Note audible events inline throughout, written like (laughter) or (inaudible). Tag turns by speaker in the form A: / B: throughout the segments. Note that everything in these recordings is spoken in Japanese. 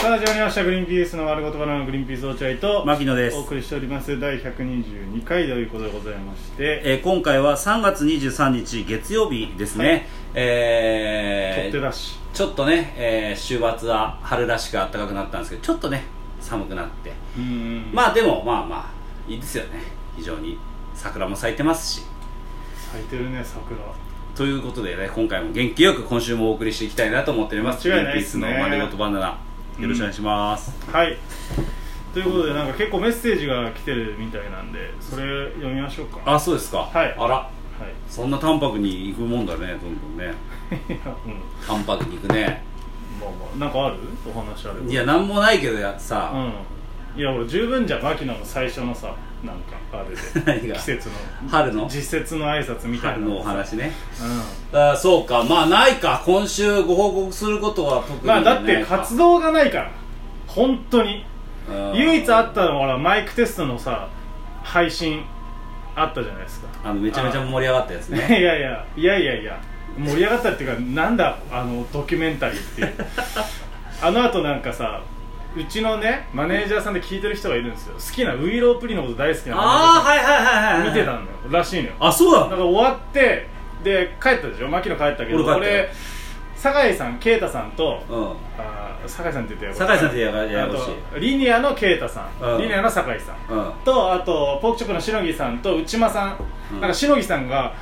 A: さあ始まりました「グリーンピースの丸ごとバナナのグリーンピース落合」と
B: 牧野です
A: お送りしております第122回ということでございまして
B: えー今回は3月23日月曜日ですね、
A: はい取
B: え
A: っ
B: ー
A: 手だし
B: ちょっとね、えー週末は春らしく暖かくなったんですけどちょっとね寒くなって
A: うん
B: まあでもまあまあいいですよね非常に桜も咲いてますし
A: 咲いてるね桜
B: ということでね今回も元気よく今週もお送りしていきたいなと思っております
A: 間違い
B: グリ
A: ないで
B: ーンピー
A: す
B: ス
A: ね
B: の丸ごとバナナよろしくお願いします、
A: はいということでなんか結構メッセージが来てるみたいなんでそれ読みましょうかは
B: あそうですか、
A: はい
B: あら
A: い (laughs)
B: そんな淡白に行くもんだねどんどんね
A: いやうん
B: 淡白に行く
A: (laughs)
B: ね
A: まあまあなんかあるお話ある
B: いやなんもないけどやさ、
A: うんいや俺十分じゃん牧野の最初のさなんかあれ
B: (laughs) (laughs) 何
A: で
B: が
A: 季節の
B: 春の
A: 実節の挨拶みたい
B: 春
A: な
B: のお
A: さ
B: 話ね
A: うん
B: あーそうかまあないか今週ご報告することは特に
A: ま
B: な
A: あ
B: いか
A: だって活動がないから本当に
B: うん
A: 唯一あったのはほらマイクテストのさ配信あったじゃないですか
B: あのめちゃめちゃ盛り上がったやつ
A: い
B: ね
A: やいやいやいやいや盛り上がったっていうかなんだあのドキュメンタリーっていう
B: (laughs)
A: あのあとなんかさうちのねマネージャーさんで聞いてる人がいるんですよ好きなウイロープリのこと大好きなマネージャーさ
B: ああはいはいはい
A: ん
B: はい
A: 見てたのよらしいのよ
B: あそう
A: だか
B: だ
A: ら終わってで帰ったでしょ牧野帰ったけど
B: 俺帰ったよ
A: 俺酒井さん啓太さんと
B: うん
A: あー酒井さんって言ってや
B: 酒井さんってややや
A: あ
B: こしい
A: とリニアの啓太さん、
B: うん
A: リニアの酒井さん
B: うん
A: とあとポークチョップのしのぎさんと内間さん、
B: うん
A: なんかしのぎさんが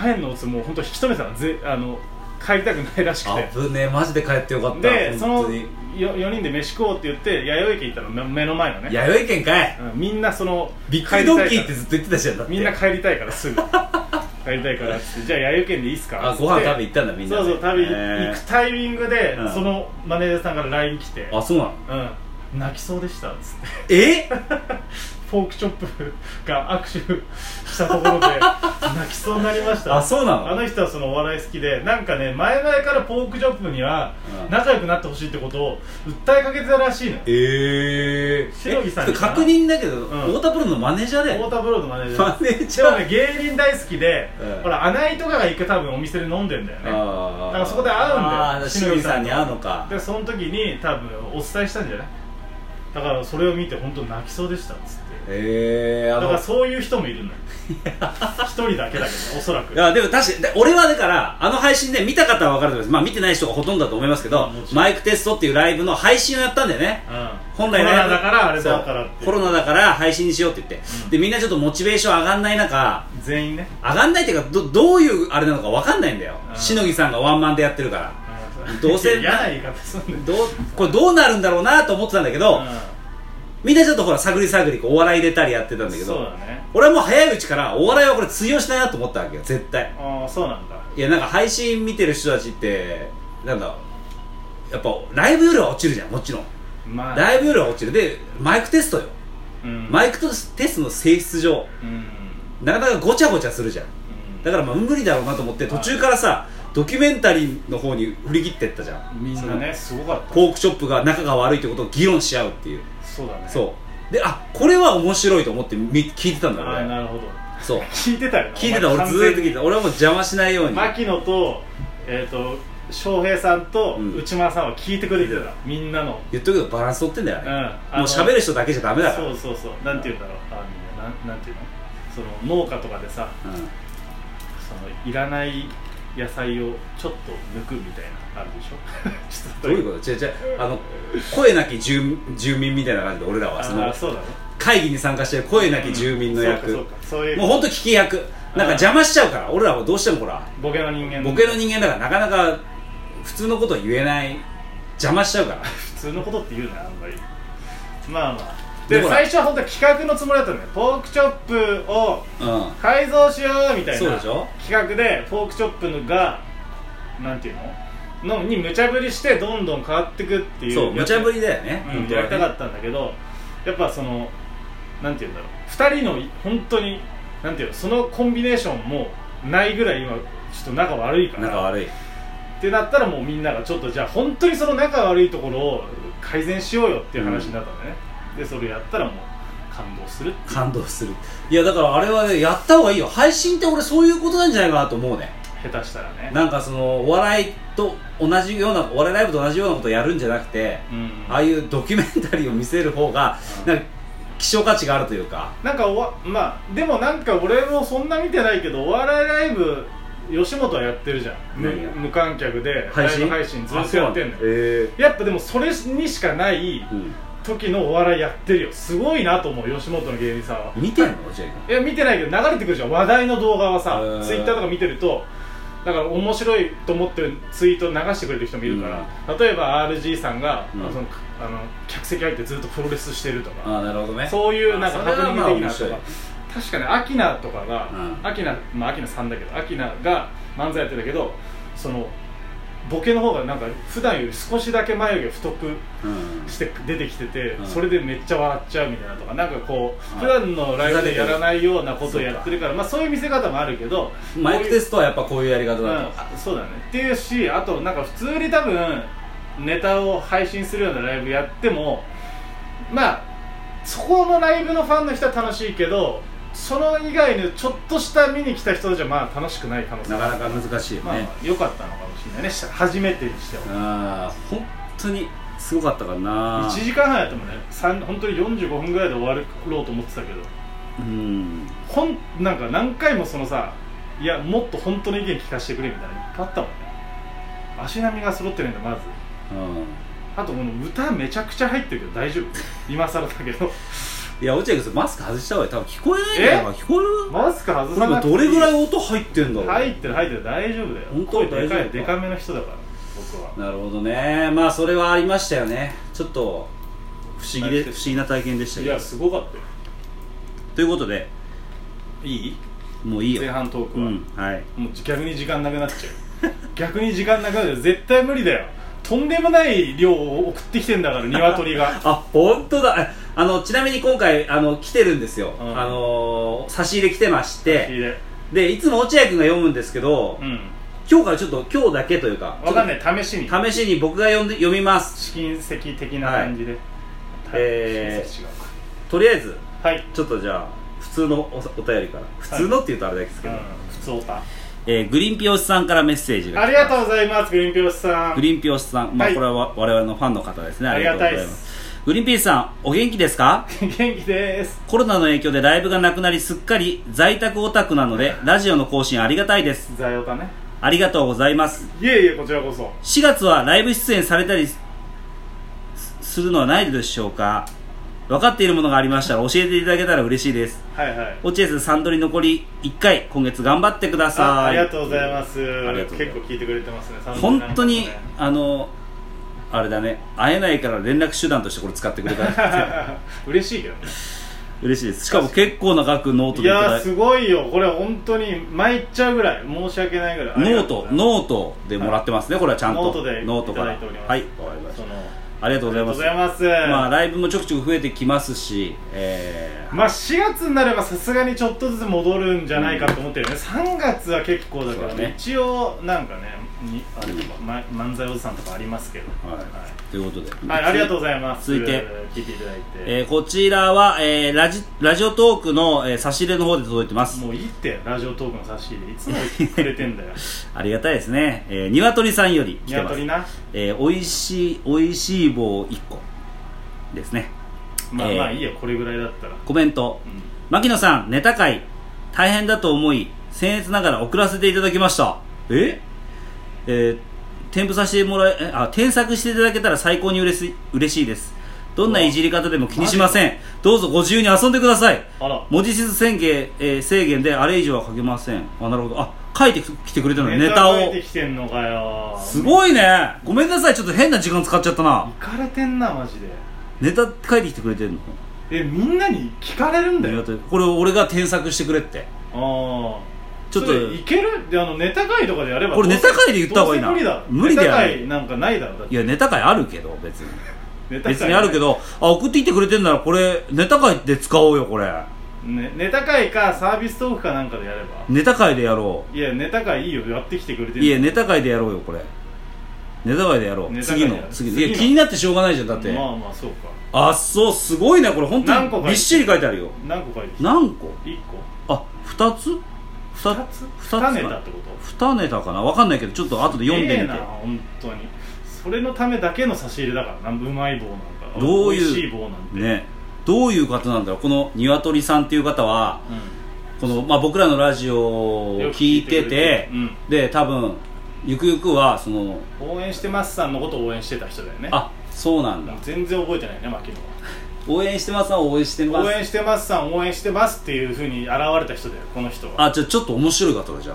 A: 帰んのをつもう本当引き止めてたのぜあの帰りたくないらしくて
B: あぶねえマジで帰ってよかった
A: でそ
B: 本当
A: の
B: に
A: よ4人で飯食おうって言って弥生駅行ったのめ目の前のね、
B: 弥生県かい
A: うんみんなその
B: ビックリドッキーっ
A: 帰りたいか
B: てずっと言ってたじゃんだっ
A: ら
B: て
A: みんな帰りたいから
B: (laughs)
A: すぐ帰りたいからっつってじゃあ弥生県でいいっすか
B: あご飯食べ
A: 行
B: 行ったんだみんな
A: そう
B: で
A: そう旅
B: へー
A: 行くタイミングで、
B: うん
A: そのマネージャーさんから LINE 来て
B: あそうなの
A: うん泣きそうでしたっつって
B: え
A: フォークチョップが握手したところで
B: (laughs)
A: 泣きそうになりました
B: あそうな
A: あ
B: の
A: の人はそのお笑い好きでなんかね前々からポークチョップには
B: うん
A: 仲良くなってほしいってことを訴えかけてたらしいのよ
B: ええ
A: しのぎさん
B: えちょっと確認だけど
A: ん
B: 太田プロのマネージャーだよ
A: 太田プロのマネージャー
B: マネージ
A: でも
B: ャー
A: ね芸人大好きで、
B: うん
A: ほら穴井とかが行く多分お店で飲んでんだよねだ
B: あ
A: からそこで会うんだよ
B: あーしのぎさんに会うのか
A: でその時に多分お伝えしたんじゃないだからそれを見て本当泣きそうでしたっつって
B: ええー、あ
A: だか
B: の
A: らそういう人もいるのよ
B: (laughs)
A: 一人だけだけどおそらく
B: いやでも確かにで俺はだからあの配信で見た方は分かると思いますまあ見てない人がほとんどだと思いますけど
A: うんもちろん
B: マイクテストっていうライブの配信をやったんだよね本
A: コ
B: 来ね
A: ロナだからあれだからって
B: そうコロナだから配信にしようって言って、
A: うん
B: でみんなちょっとモチベーション上がんない中
A: 全員ね
B: 上がんないっていうかどどういうあれなのか分かんないんだよ
A: うん
B: しのぎさんがワンマンでやってるからどうせ
A: 嫌な言い方すんだよ
B: どうこれどうなるんだろうなと思ってたんだけど、みんなちょっとほら探り探りこうお笑い入れたりやってたんだけ
A: そう
B: ど
A: だね
B: 俺はもう早いうちからお笑いはこれ通用しないなと思ったわけよ絶対
A: ああそうなんだ
B: いやなんか配信見てる人たちってなんだやっぱライブよりは落ちるじゃんもちろん
A: まあ
B: ライブよりは落ちるでマイクテストよ、
A: うん
B: マイクテストの性質上
A: うんうん
B: なかなかごちゃごちゃするじゃんだからまあ無理だろうなと思って途中からさドキュメンタリーの方に振り切ってったじゃん
A: みんなねすごかった
B: ポークチョップが仲が悪いってことを議論し合うっていう
A: そうだねう
B: そうであこれは面白いと思ってみ聞いてたんだ
A: ああ
B: 俺
A: なるほど
B: そう
A: 聞いてたよな
B: 聞いてた
A: お
B: 俺
A: 前
B: ずーっと聞いてた俺はもう邪魔しないように
A: 牧野とえっと翔平さんと
B: うん
A: 内村さんは聞いてくれてたみんなの
B: 言っとくけどバランス取ってんだよ
A: うん
B: ね、
A: あ
B: も
A: の
B: う喋る人だけじゃダメだから
A: そうそうそうなんて言うんだろうあのなんなんていうのその農家とかでさ
B: う
A: そのいらない野菜をちょっと抜くみたいなあるでしょちょっ (laughs)
B: ん、どういうこと違う違うあの声なき住住民みたいな感じで俺らはそ
A: あ
B: の
A: あそうだね
B: 会議に参加してる声なき住民の役、
A: そうかそうかそういう
B: もう本当聞き役なんか邪魔しちゃうから俺らはどうしてもほら
A: ボケの人間
B: ボケの人間だからなかなか普通のことは言えない邪魔しちゃうから
A: 普通のことって言うなあんまりまあまあ
B: で
A: で
B: ほら
A: 最初は本当は企画のつもりだったんだよポークチョップを
B: うん
A: 改造しようみたい
B: そう
A: な
B: でしょ
A: 企画でポークチョップがなんていうののに無茶ぶりしてどんどん変わってくっていう
B: そう無茶ぶ
A: り、
B: りだよね、
A: うん
B: 本当は
A: や
B: ね
A: りたかったんだけどやっぱそのなんていうんだろう2人の本当になんていうのそのコンビネーションもないぐらい今ちょっと仲悪いから
B: 仲悪い
A: ってなったらもうみんながちょっとじゃあ本当にその仲悪いところを改善しようよっていう話になったのね、でそれやったらもう感動するっていう
B: 感動するいやだからあれはねやった方がいいよ配信って俺そういうことなんじゃないかなと思うね
A: 下手したらね
B: なんかそのお笑いと同じようなお笑いライブと同じようなことをやるんじゃなくて、
A: うん
B: ああいうドキュメンタリーを見せる方が、
A: うん
B: なんか希少価値があるというか
A: なんかおわまあでもなんか俺もそんな見てないけどお笑いライブ吉本はやってるじゃんむ
B: 何や
A: 無観客でラ
B: 配
A: イブ
B: 信
A: 配信ずっとやってんの
B: あそうなんだ
A: よ
B: へ
A: やっぱでもそれにしかない
B: ーうん
A: 時のお笑いやってるよすごいなと思う吉本の芸人さんは
B: 見てんのジェイ
A: いや見てないけど流れてくるじゃん話題の動画はさ
B: へー
A: ツイッターとか見てるとだから面白いと思ってるツイートを流してくれる人もいるから、例えば RG さんが、
B: うん
A: あそのあの客席入ってずっとプロレスしてるとか
B: ああなるほどね
A: そういうなんか
B: あ
A: ハプニング的な
B: そ
A: と
B: れは
A: か
B: まあ面
A: 確かにアキナとかが、
B: うん
A: アキナまあアキナさんだけどアキナが漫才やってたけどそのボケの方がなんか普段より少しだけ眉毛太く
B: 白いうん
A: して出てきてて、
B: うん
A: それでめっちゃ笑っちゃうみたいなとかなんかこう
B: あ
A: 普段のライブでやらないようなことをやってるからまあそういう見せ方もあるけど
B: マイクテ
A: ス
B: ストはやっぱこういうやり
A: う
B: 方だと、
A: んあそうだねっていうしあとなんか普通に多分ネタを配信するようなライブやってもまあそこのライブのファンの人は楽しいけどその以外のちょっとした見に来た人じゃまあ楽しくない可能性
B: なかなか難しいよ
A: まあ
B: ね、
A: 良かったのかもしれないねし初めてにしては
B: ああ本当にすごかったからな
A: 1時間半やってもねさん本当に45分ぐらいで終わろうと思ってたけど
B: うん
A: ほんなんか何回もそのさいやもっと本当の意見聞かせてくれみたいなのいっぱいあったもんね足並みが揃ってないんだまず
B: うん
A: あとこの歌めちゃくちゃ入ってるけど大丈夫今更だけど
B: いや落合君それマスク外した方がいい多分聞こえないんだよ聞こえる
A: マスク外
B: これ
A: さ
B: も
A: な
B: う
A: くてい
B: どれぐらい
A: い
B: 音入ってんだろう
A: 入ってる入ってる大丈夫だよ
B: 本当
A: 声で
B: 大丈
A: か
B: 夫
A: い
B: か
A: でかめの人だから僕は
B: なるほどねまあそれはありましたよねちょっと不思議
A: 確かに
B: で不思議な体験でした
A: い
B: けど
A: やすごかったよ
B: ということで
A: いい
B: もういい
A: 前
B: よ
A: 半トーク
B: う
A: は、
B: んはい
A: もう逆に時間なくなっちゃう (laughs) 逆に時間なくなっちゃう絶対無理だよとんでもない量を送ってきてんだから鶏が
B: あ本当だえあのちなみに今回あの来てるんですよ、
A: うん
B: あのー差し入れ来てまして
A: で
B: でいつも落合君が読むんですけど、
A: うん
B: 今日からちょっと今日だけというか
A: わかん
B: い
A: ない試しに
B: 試しに僕が読んで読みます
A: 試金石的な感じで、
B: えー
A: 試金石違うか
B: とりあえず
A: はい、
B: ちょっとじゃあ普通のおお便りから普通のって言うとあれですけ
A: う
B: ど、
A: ん、普通オタ
B: えーグリーンピオシさんからメッセージが
A: ありがとうございますグリーンピオシさ
B: グ
A: ん
B: リーンピオシさん、まあ、
A: はい
B: これは我々のファンの方ですね、
A: ありがたいです
B: すグリーンピースさんお元気ですか
A: 元気です
B: コロナの影響でライブがなくなりすっかり在宅オタクなのでラジオの更新ありがたいです
A: 座オタね
B: ありがとうございます
A: いえいえこちらこそ
B: 4月はライブ出演されたりすするのはないでしょうか分かっているものがありましたら教えていただけたら嬉しいです
A: はいはい
B: 落合さんサンドリ残り1回今月頑張ってください
A: あありがとうございます
B: ありがとうござい
A: 結
B: ます
A: 構聞いてくれてますね
B: 本当
A: 37
B: に
A: ね
B: あのあれだね会えないから連絡手段としてこれ使ってくれた
A: (laughs) 嬉しいけどね
B: 嬉しいですしかも結構な額ノート
A: い
B: でいた
A: や
B: だ
A: ー
B: い
A: すごいよこれ本当に参っちゃうぐらい申し訳ないぐらいあり
B: ノ
A: が
B: ー
A: とうご
B: ト
A: ざいます
B: ノートでもらってますね、これはちゃんと
A: ノートで
B: か
A: い
B: ら
A: ただいております
B: はいわかりまし
A: その
B: たありがとう
A: あ
B: ご
A: り
B: ざ
A: が
B: い
A: とう
B: ま
A: ご
B: す
A: ざいます
B: まあライブもちょくちょく増えてきますしえー
A: まあ4月になればさすがにちょっとずつ戻るんじゃないかと思ってるよね、3月は結構だから
B: そうだね
A: 一応なんかねにあれとか、ま、漫才おじさんとかありますけど
B: はいということで、
A: はい、はいありがとうございます
B: 続いて
A: 聞いていただいて、
B: えーこちらは、えーラジラジオトークの、えー差し入れの方で届いてます
A: もういいってラジオトークの差し
B: (laughs)
A: 入れいつもくれてんだよ
B: ありがたいですね、えー、鶏さんより来てます
A: 鶏な
B: えー、美味しい美味しい棒1個ですね
A: まあ
B: えー
A: まあいいよこれぐらいだったら、
B: コメント
A: うん
B: 牧野さんネタ会大変だと思い僭越ながら送らせていただきましたええー添付させてもらええあ添削していただけたら最高に嬉し嬉しいですどんないじり方でも気にしませんどうぞご自由に遊んでください
A: あら
B: 文字数宣言、えー制限であれ以上は書けませんあなるほどあ書いてきてくれたのねネタ
A: 書い
B: を
A: てきてんのかよ
B: すごいねごめんなさいちょっと変な時間使っちゃったな
A: 行かれてんなマジで
B: ネタ書いてきてくれてるの
A: えみんなに聞かれるんだ
B: ありが
A: よ
B: たいこれを俺が添削してくれって
A: ああ
B: ちょっと
A: それいけるであのネタ会とかでやれば
B: これ
A: どうせ
B: ネタ会で言った方がいいな
A: どうせ無理だろ
B: 無理だよ
A: ネタ会なんかないだろだって
B: いやネタ会あるけど別に
A: ネタ会
B: 別にあるけどあ送ってきてくれてんならこれネタ会で使おうよこれ
A: ねネタ会かサービストークかなんかでやれば
B: ネタ会でやろ
A: いやネタ会いいよやってきてくれて
B: う
A: る
B: いやネタ会でやろうよこれネタ会でやろう
A: ネタ会
B: 次
A: でや
B: の
A: る
B: 次の
A: 次
B: い
A: の
B: や気になってしょうがないじゃんだって、
A: まあまあそうか
B: あそうすごいねこれ本
A: 何個
B: 当
A: 書いて
B: にびっしり書いてあるよ
A: 何個書いてきた
B: 何個
A: 1個
B: あ二2つ二
A: 2つ
B: 二つ
A: 2ネタってこと
B: 2ネタかなわかんないけどちょっと後で読んでみ
A: ええ
B: て
A: な本当にそれのためだけの差し入れだからなうまい棒なんか
B: どういう
A: 美味しい棒なんて、
B: ねどういう方なんだろうこの鶏さんっていう方は
A: う
B: この、まあ、僕らのラジオを
A: ん、よく
B: 聞い
A: くれ
B: てて
A: うん
B: で多分ゆくゆくはその
A: 応援してますさんのことを応援してた人だよね
B: あそうなんだ
A: 全然覚えてないね牧野
B: 応援してます応援してま
A: は
B: す
A: 応援してますさん応援してますっていうふうに現れた人だよこの人は
B: あじゃあちょっと面白い方だじゃ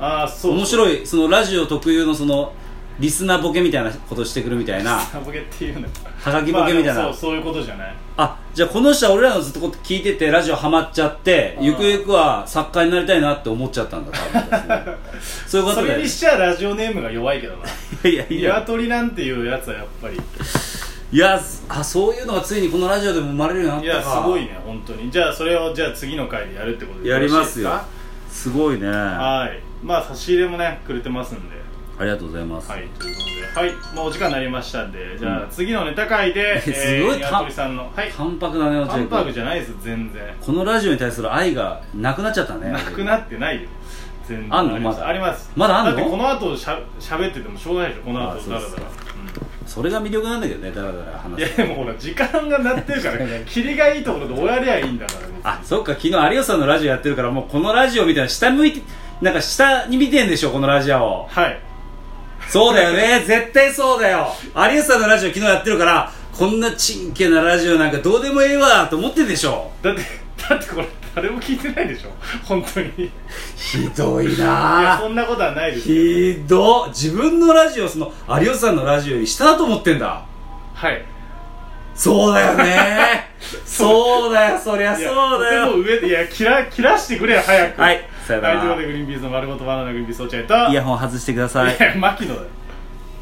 B: あ
A: ああそう
B: 面
A: い
B: 白いそのラジオ特有のそのリスナーボケみたいなことしてくるみたい
A: (laughs)
B: な
A: サボケっていうの
B: 高木ボケみたいな
A: まあでもそうそういうことじゃない
B: あじゃあこの人は俺らのずっとこと聞いててラジオハマっちゃって
A: うん
B: ゆくゆくは作家になりたいなって思っちゃったんだ多分
A: (laughs)
B: ですねそういうこ
A: そ
B: とだよ
A: れ
B: ね
A: にしちゃラジオネームが弱いけどな
B: いやいやいや
A: 鶏なんていうやつはやっぱり
B: いやあそういうのがついにこのラジオでも生まれるよう
A: い
B: にな
A: や
B: っ
A: す
B: たか
A: ごいね本当にじゃあそれをじゃあ次の回でやるってことで
B: やります
A: ろ
B: よ
A: しいです
B: ごいね
A: すか
B: あ
A: はいまあ差し入れもねくれてますんで
B: りがとうございます、
A: はいということではいもうお時間になりましたんでじゃあ次のネタ会で
B: (laughs) すごい
A: えー鶏さんのはい
B: 淡白だね落合
A: ハン
B: 君
A: バーグじゃないですよ全然
B: このラジオに対する愛がなくなっちゃったね
A: なくなってないよ全然
B: あんの
A: ります
B: まだ
A: あります
B: まだあんの
A: だってこの後しゃ喋っててもしょうがないでしょこの
B: あ
A: 後
B: そう
A: だ
B: で
A: ら
B: す
A: だ
B: からそれが魅力なんだけどねだらだら
A: うんい
B: 話
A: や
B: す
A: でもほら時間が鳴ってる
B: (laughs)
A: から霧がいいところで終わりゃいいんだから別に
B: あそっか昨日有吉さんのラジオやってるからもうこのラジオみたいな下向いてなんか下に見てんでしょこのラジオを
A: はい
B: そうだよ
A: (laughs)
B: ね絶対そうだよ有吉さんのラジオ昨日やってるからこんなちんけなラジオなんかどうでもええわと思ってんでしょ
A: だってだってこれ誰も聞いてないでしょ本
B: (laughs)
A: 当にい
B: ひどい
A: や
B: な
A: そんなことはないですよ
B: ひど自分のラジオその有吉さんのラジオより下だと思ってんだ
A: はい
B: そうだよ
A: (laughs)
B: ねそうだよそりゃ
A: いや
B: そうだ
A: とて
B: よ
A: も上でいや切ら切らしてくれよ早く
B: はいさよなら
A: はいということでグリーンピースの丸ごとバナナグリーンピース落合と
B: イヤホン外してください
A: いや牧野だよ